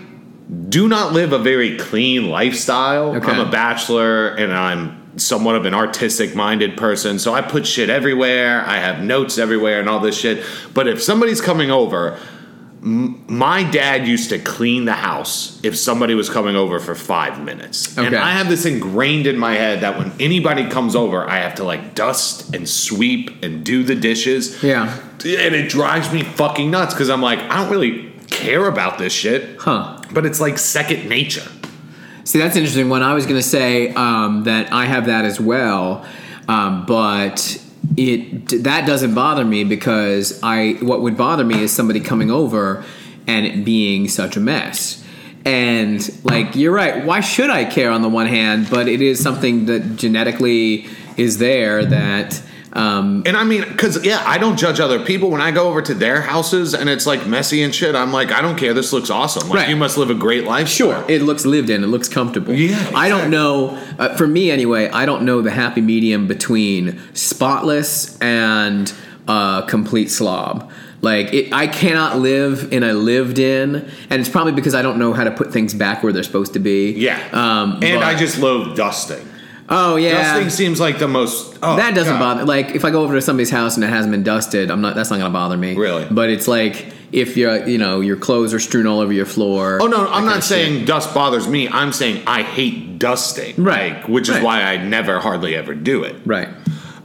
do not live a very clean lifestyle. Okay. I'm a bachelor and I'm somewhat of an artistic minded person. So I put shit everywhere. I have notes everywhere and all this shit. But if somebody's coming over, m- my dad used to clean the house if somebody was coming over for five minutes. And Okay. I have this ingrained in my head that when anybody comes over, I have to like dust and sweep and do the dishes yeah, and it drives me fucking nuts because I'm like, I don't really care about this shit, huh? but it's like second nature. See, that's an interesting one. I was going to say um, that I have that as well, um, but it that doesn't bother me because I what would bother me is somebody coming over and it being such a mess. And like you're right, why should I care on the one hand? But it is something that genetically is there that um, And I mean, because, yeah, I don't judge other people. When I go over to their houses and it's like messy and shit, I'm like, I don't care. This looks awesome. Like, Right. you must live a great life. Sure, it looks lived in. It looks comfortable. Yeah, I don't exactly. know. Uh, for me, anyway, I don't know the happy medium between spotless and uh, complete slob. Like, it, I cannot live in a lived in, and it's probably because I don't know how to put things back where they're supposed to be. Yeah. Um, and but- I just loathe dusting. Oh yeah. Dusting seems like the most. Oh, that doesn't God. bother. Like if I go over to somebody's house and it hasn't been dusted, I'm not. That's not going to bother me. Really? But it's like if your you know your clothes are strewn all over your floor. Oh no, I'm not saying dust bothers me. I'm saying I hate dusting. Right. Like, which is Right. why I never hardly ever do it. Right.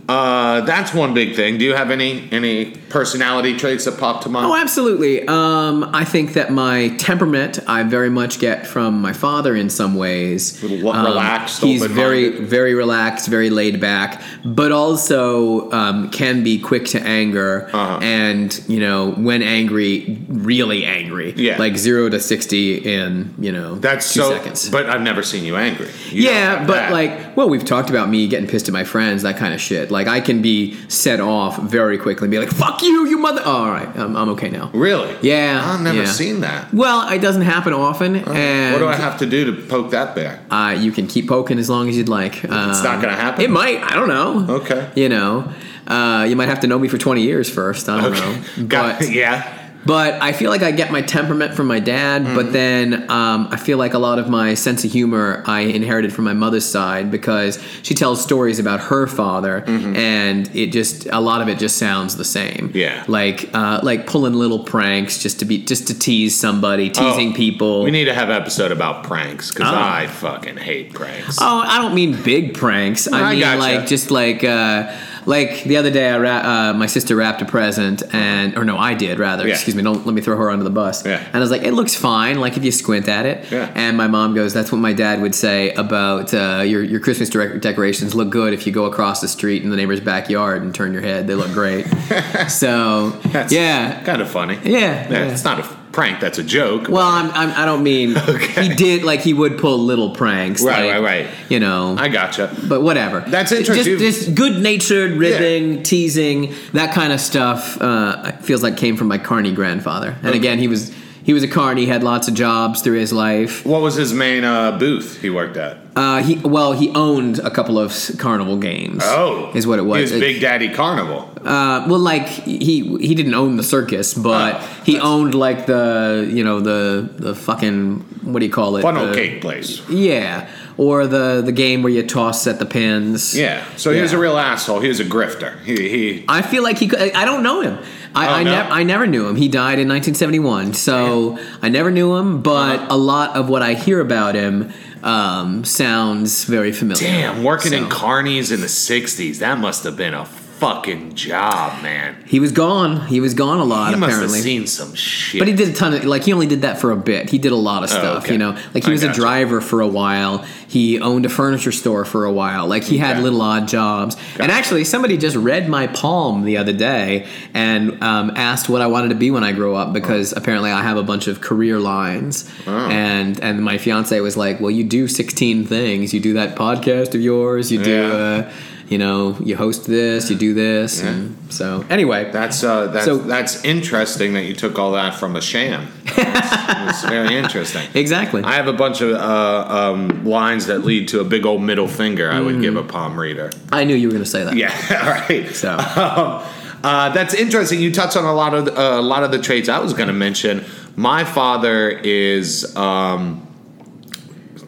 Uh, that's one big thing. Do you have any any personality traits that pop to mind? Oh, absolutely. Um, I think that my temperament I very much get from my father in some ways. Little Um, relaxed, he's very, open-minded. very relaxed, very laid back, but also um, can be quick to anger. Uh-huh. And you know, when angry, really angry. Yeah. like zero to sixty in you know that's two so. seconds. But I've never seen you angry. You don't yeah, have but that. like, well, we've talked about me getting pissed at my friends, that kind of shit. Like, I can be set off very quickly and be like, "Fuck you, you mother!" Oh, all right, I'm, I'm okay now. really, Yeah, I've never yeah. seen that. Well, it doesn't happen often, and what do I have to do to poke that bear? Uh, you can keep poking as long as you'd like. Um, not gonna happen? It might. I don't know. Okay. You know, uh, you might have to know me for twenty years first. I don't know. Got- But yeah. but I feel like I get my temperament from my dad. Mm-hmm. But then um, I feel like a lot of my sense of humor I inherited from my mother's side because she tells stories about her father, Mm-hmm. and it just a lot of it just sounds the same. Yeah. Like uh, like pulling little pranks just to be just to tease somebody, teasing Oh, people. We need to have an episode about pranks because Oh. I fucking hate pranks. Oh, I don't mean big pranks. I, I mean gotcha. like just like uh, like the other day, I ra- uh, my sister wrapped a present, and or no, I did rather. Yeah. Excuse me. Don't let me throw her under the bus. Yeah. And I was like, it looks fine. Like if you squint at it. Yeah. And my mom goes, that's what my dad would say about uh, your your Christmas direct- decorations look good if you go across the street in the neighbor's backyard and turn your head. They look great. so That's yeah, kind of funny. yeah, Yeah, yeah. It's not a prank. That's a joke. Well, I'm, I'm, I don't mean he did like he would pull little pranks, Right, like, right, right. You know, I gotcha. but whatever. That's interesting. Just, just good natured ribbing, teasing, that kind of stuff. Uh, it feels like came from my carny grandfather. And again, he was he was a carny, had lots of jobs through his life. What was his main uh, booth he worked at? Uh, he well, he owned a couple of s- carnival games. Oh, is what it was. He was It- Big Daddy Carnival. Uh, well, like he he didn't own the circus, but Oh, he that's- owned like the you know the the fucking what do you call it? Funnel The- cake place. Yeah, or the the game where you toss at the pins. Yeah. So he was Yeah. a real asshole. He was a grifter. He, he I feel like he could. I I don't know him. I, Oh, I, no? nev- I never knew him. He died in 1971, so I never knew him. Uh-huh. But a lot of what I hear about him um, sounds very familiar. damn working in So- carnies in the '60s. That must have been a fucking job, man. He was gone. He was gone a lot. He must apparently, have seen some shit. But he did a ton of like he only did that for a bit. He did a lot of stuff, Oh, okay. you know. Like he I was a gotcha. driver for a while. He owned a furniture store for a while. Like he had Okay. little odd jobs. And Gotcha. actually, somebody just read my palm the other day and um, asked what I wanted to be when I grow up because apparently I have a bunch of career lines. And and my fiance was like, "Well, you do sixteen things. You do that podcast of yours. You do." Yeah. Uh, you know, you host this, you do this, and so anyway, That's uh, that's So- that's interesting that you took all that from a sham. It's very interesting. exactly. I have a bunch of uh, um, lines that lead to a big old middle finger. I would give a palm reader. I knew you were going to say that. Mm-hmm. Yeah, all right. So. Um, uh, that's interesting. You touched on a lot of uh, a lot of the traits I was going to mention. My father is um,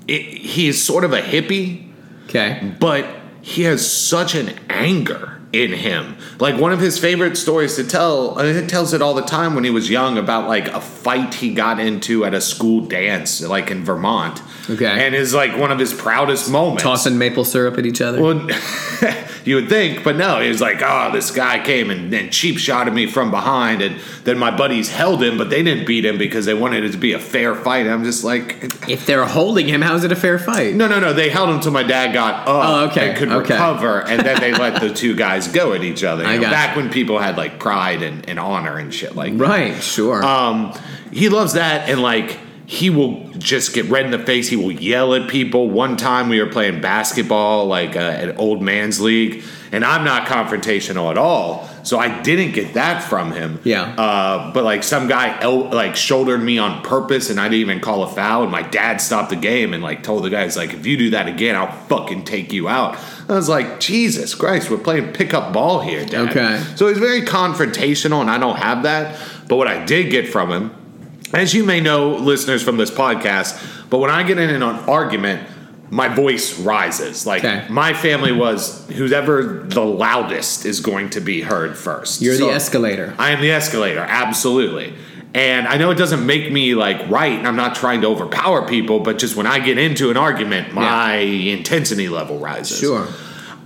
it, he is sort of a hippie, Okay. but he has such an anger in him. Like one of his favorite stories to tell, and he tells it all the time when he was young about like a fight he got into at a school dance, like in Vermont. Okay. And is like one of his proudest moments. Tossing maple syrup at each other. Well, you would think, but no, he was like, oh, this guy came and, and cheap shotted me from behind, and then my buddies held him, but they didn't beat him because they wanted it to be a fair fight. And I'm just like, if they're holding him, how's it a fair fight? no, no, no. They held him till my dad got up Oh, okay, and could okay. recover, and then they let the two guys go at each other. you I know, gotcha. back when people had like pride and, and honor and shit like that. Right, sure. Um, he loves that, and like he will just get red in the face. He will yell at people. One time we were playing basketball, like uh, at old man's league, and I'm not confrontational at all, so I didn't get that from him. Yeah. Uh, but like some guy el- like shouldered me on purpose, and I didn't even call a foul. And my dad stopped the game and like told the guys like, if you do that again, I'll fucking take you out. I was like, Jesus Christ, we're playing pickup ball here, Dad. Okay. So he's very confrontational, and I don't have that. But what I did get from him, as you may know, listeners from this podcast, but when I get in an argument, my voice rises. Like Okay. my family was, whoever the loudest is going to be heard first. You're So- the escalator. I am the escalator, absolutely. And I know it doesn't make me like right, and I'm not trying to overpower people, but just when I get into an argument, my intensity level rises. Sure.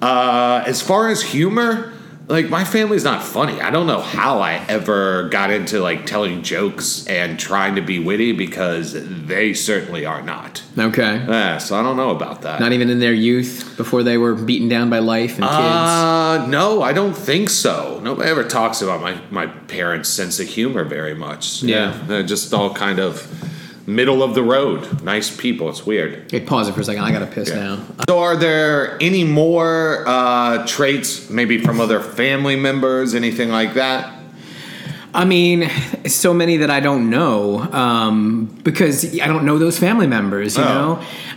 Uh, as far as humor, like my family's not funny. I don't know how I ever got into like telling jokes and trying to be witty because they certainly are not. Okay. Yeah, so I don't know about that. Not even in their youth before they were beaten down by life and kids. Uh, no, I don't think so. Nobody ever talks about my, my parents' sense of humor very much. Yeah. They're just all kind of middle of the road. Nice people. It's weird. Okay, pause it for a second. I gotta piss now. So, are there any more uh, traits, maybe from other family members, anything like that? I mean, so many that I don't know um, because I don't know those family members. You Oh. know,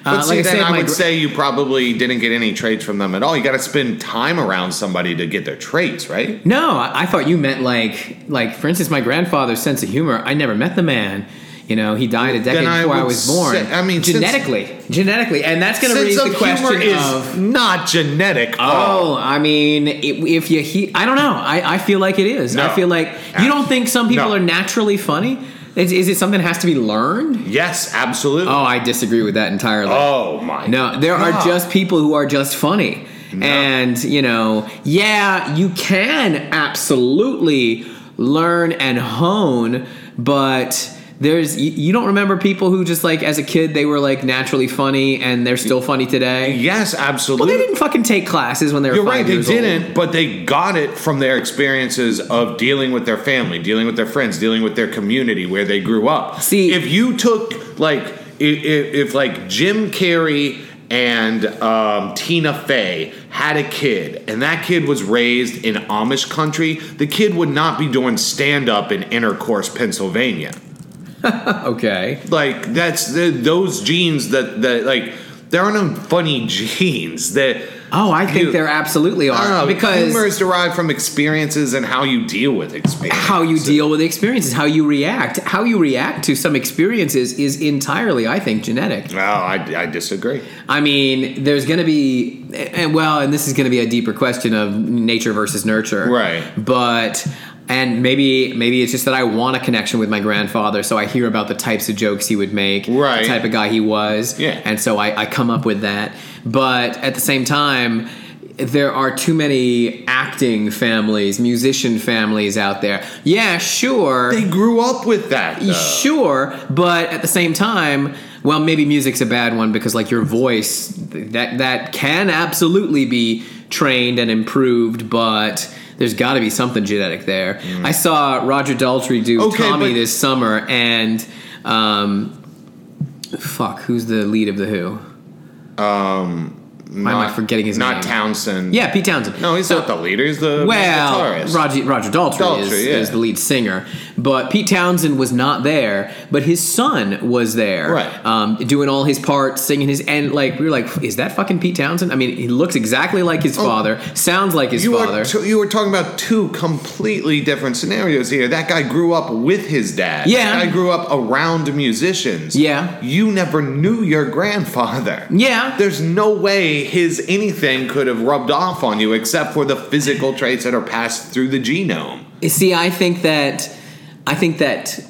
Uh, But see, then I, my would gr- say you probably didn't get any traits from them at all. You got to spend time around somebody to get their traits, right? No, I, I thought you meant like like for instance, my grandfather's sense of humor. I never met the man. You know, he died a decade I before I would was born. say- I mean, since- genetically, genetically, and that's going to Sense raise the of question humor is of. not genetic. Oh, I mean, i if you, he, I don't know. I, I feel like it is. No. I feel like you don't think some people No. are naturally funny. Is, is it something that has to be learned? Yes, absolutely. Oh, I disagree with that entirely. Oh my! No, there God. are just people who are just funny. And, you know, yeah, you can absolutely learn and hone, but there's you, you don't remember people who just like as a kid they were like naturally funny and they're still funny today. Yes, Well, absolutely. they didn't fucking take classes when they were You're five right. They years old. didn't, but they got it from their experiences of dealing with their family, dealing with their friends, dealing with their community where they grew up. See- if you took like if, if like Jim Carrey and um, Tina Fey had a kid, and that kid was raised in Amish country, the kid would not be doing stand up in Intercourse, Pennsylvania. Okay. like that's the, those genes that that like there are no funny genes that Oh, I think You- there absolutely I don't are know, Uh, because humor is derived from experiences and how you deal with experience. how you deal with experiences, how you react, how you react to some experiences is entirely, I think, genetic. No, I, I disagree. I mean, there's going to be, and well, and this is going to be a deeper question of nature versus nurture, Right. But and maybe maybe it's just that I want a connection with my grandfather, so I hear about the types of jokes he would make, Right. The type of guy he was, Yeah. And so I, I come up with that. But at the same time. There are too many acting families, musician families out there. Yeah, sure. They grew up with that. though. Sure, but at the same time, well, maybe music's a bad one because like your voice th- that that can absolutely be trained and improved, but there's got to be something genetic there. I saw Roger Daltrey do Mm. Okay, Tommy but- this summer, and um, fuck, who's the lead of the Who? Why am I forgetting his Um, not name? Townsend. Yeah, Pete Townsend. No, he's So- not the leader. He's the well, guitarist. Roger Roger Daltrey, Daltrey, is, yeah. is the lead singer, But Pete Townsend was not there, but his son was there, Right. Um, doing all his parts, singing his and like we were like, is that fucking Pete Townsend? I mean, he looks exactly like his father, sounds like his Oh. You father. are t- you were talking about two completely different scenarios here. That guy grew up with his dad. Yeah. that guy grew up around musicians. Yeah. you never knew your grandfather. yeah, There's no way his anything could have rubbed off on you except for the physical traits that are passed through the genome. See, I think that, I think that,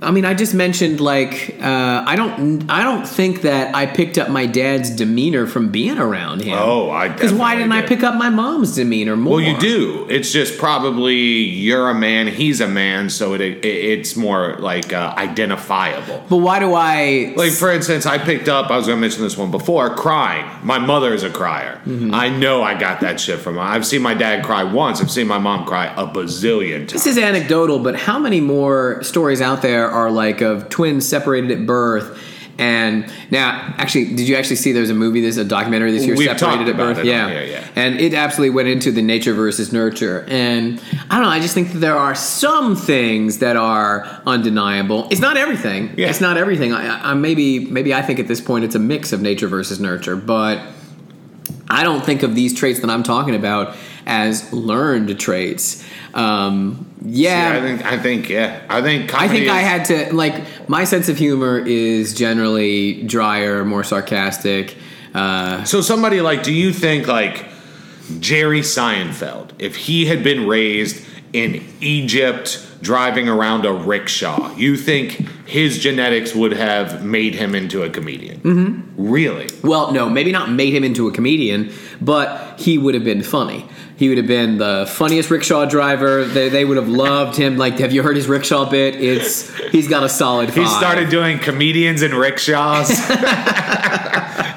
I mean, I just mentioned like uh, I don't, I don't think that I picked up my dad's demeanor from being around him. Oh, I because why definitely didn't I did. pick up my mom's demeanor more? Well, you do. It's just probably you're a man, he's a man, so it, it it's more like uh, identifiable. But why do I? Like for instance, I picked up. I was going to mention this one before. Crying. My mother is a crier. Mm-hmm. I know I got that shit from her. I've seen my dad cry once. I've seen my mom cry a bazillion times. this is anecdotal, but how many more stories out there are like of twins separated at birth? And now, actually, did you actually see there's a movie, this a documentary this year, We've separated talked at about birth? it yeah. on here, yeah. and it absolutely went into the nature versus nurture. And I don't know, I just think that there are some things that are undeniable. It's not everything. Yeah. It's not everything. I, I maybe maybe I think at this point it's a mix of nature versus nurture, but. I don't think of these traits that I'm talking about as learned traits. Um, yeah, I think. I think. Yeah. I think. I think comedy I is- had to like my sense of humor is generally drier, more sarcastic. Uh, So somebody like, do you think like Jerry Seinfeld, if he had been raised in Egypt driving around a rickshaw, you think his genetics would have made him into a comedian? Mm-hmm. Really? well, no, maybe not made him into a comedian, but he would have been funny. He would have been the funniest rickshaw driver. They, they would have loved him. Like, have you heard his rickshaw bit? It's he's got a solid. He five. started doing comedians in rickshaws. uh,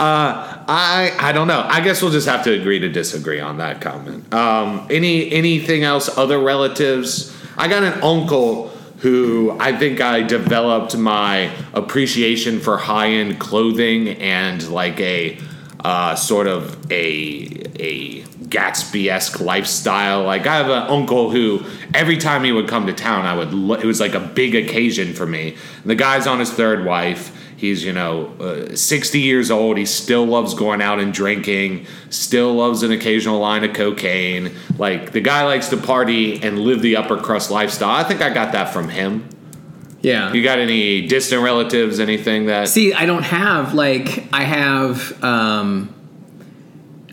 I I don't know. I guess we'll just have to agree to disagree on that comment. Um, any anything else? Other relatives? I got an uncle who I think I developed my appreciation for high end clothing and like a uh, sort of a a Gatsby esque lifestyle. Like I have an uncle who every time he would come to town, I would lo- it was like a big occasion for me. The guy's on his third wife. He's you know uh, sixty years old. He still loves going out and drinking. Still loves an occasional line of cocaine. Like the guy likes to party and live the upper crust lifestyle. I think I got that from him. Yeah, You got any distant relatives? Anything that? See, I don't have like I have um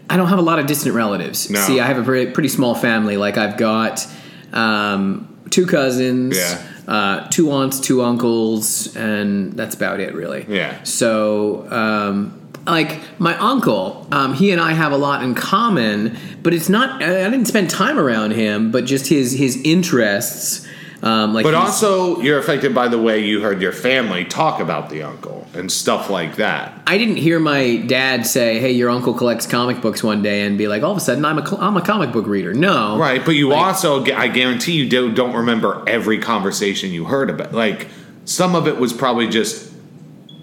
I don't have a lot of distant relatives. No. See, I have a pretty, pretty small family. Like I've got um two cousins, Yeah. uh two aunts, two uncles, and that's about it really. Yeah. So, um like my uncle, um, he and I have a lot in common, but it's not. I I didn't spend time around him, but just his his interests. Um, like, But he's- also, you're affected by the way you heard your family talk about the uncle and stuff like that. I didn't hear my dad say, "Hey, your uncle collects comic books one day," and be like, "All of a sudden, I'm a cl- I'm a comic book reader." No, Right, but you also, I guarantee you, do, don't remember every conversation you heard about. Like, some of it was probably just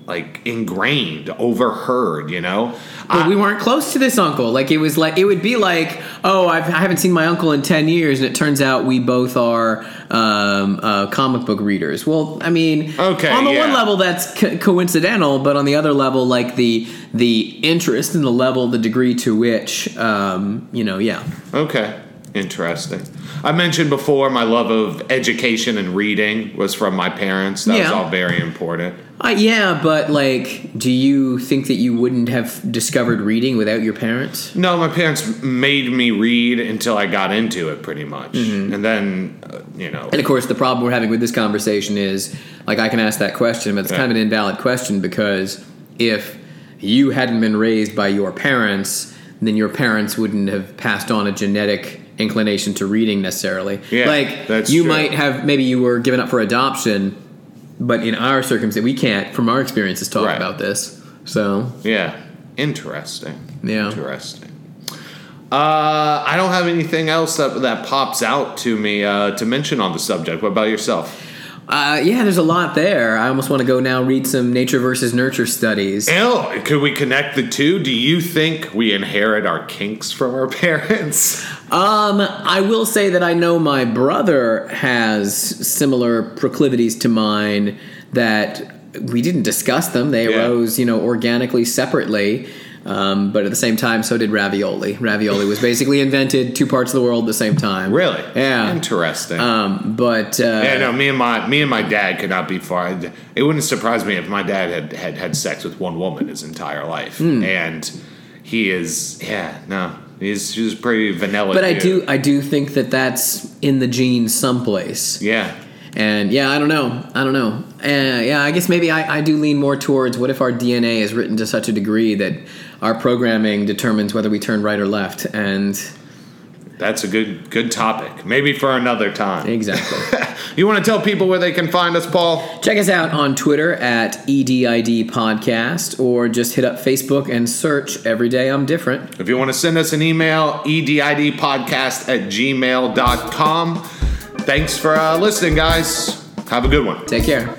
like ingrained, overheard, you know? But I- we weren't close to this uncle. Like it was like it would be like, "Oh, I've, I haven't seen my uncle in ten years," and it turns out we both are um, uh, comic book readers. Well, I mean, Okay, on the yeah. one level that's co- coincidental, but on the other level, like the the interest and the level, the degree to which, um, you know, yeah, Okay, interesting. I mentioned before my love of education and reading was from my parents. That was Yeah. all very important. Uh, yeah, but like, do you think that you wouldn't have discovered reading without your parents? No, my parents made me read until I got into it, pretty much. And then, uh, you know. And of course, the problem we're having with this conversation is like, I can ask that question, but it's kind of an invalid question because if you hadn't been raised by your parents, then your parents wouldn't have passed on a genetic inclination to reading necessarily. Yeah, like, that's you true. might have, maybe you were given up for adoption, but in our circumstance, we can't, from our experiences, talk Right. about this. So, Yeah. Interesting. Yeah. Interesting. Uh, I don't have anything else that, that pops out to me uh, to mention on the subject. What about yourself? Uh, yeah, there's a lot there. I almost want to go now read some nature versus nurture studies. Ill. Could we connect the two? Do you think we inherit our kinks from our parents? Um, I will say that I know my brother has similar proclivities to mine that we didn't discuss them. They Yeah. arose, you know, organically separately. Um, but at the same time, so did ravioli. Ravioli was basically invented two parts of the world at the same time. Really? Yeah. Interesting. Um, but uh, yeah, no. Me and my me and my dad could not be far. It wouldn't surprise me if my dad had had had sex with one woman his entire life, Hmm. and he is yeah no he's he's pretty vanilla. but I dude. do I do think that that's in the genes someplace. yeah And yeah, I don't know. I don't know. Uh, yeah, I guess maybe I, I do lean more towards what if our DNA is written to such a degree that our programming determines whether we turn right or left. And that's a good good topic. Maybe for another time. exactly. You want to tell people where they can find us, Paul? Check us out on Twitter at E EDID Podcast or just hit up Facebook and search Every Day I'm Different. If you want to send us an email, edidpodcast at gmail.com. Thanks for uh, listening, guys. Have a good one. Take care.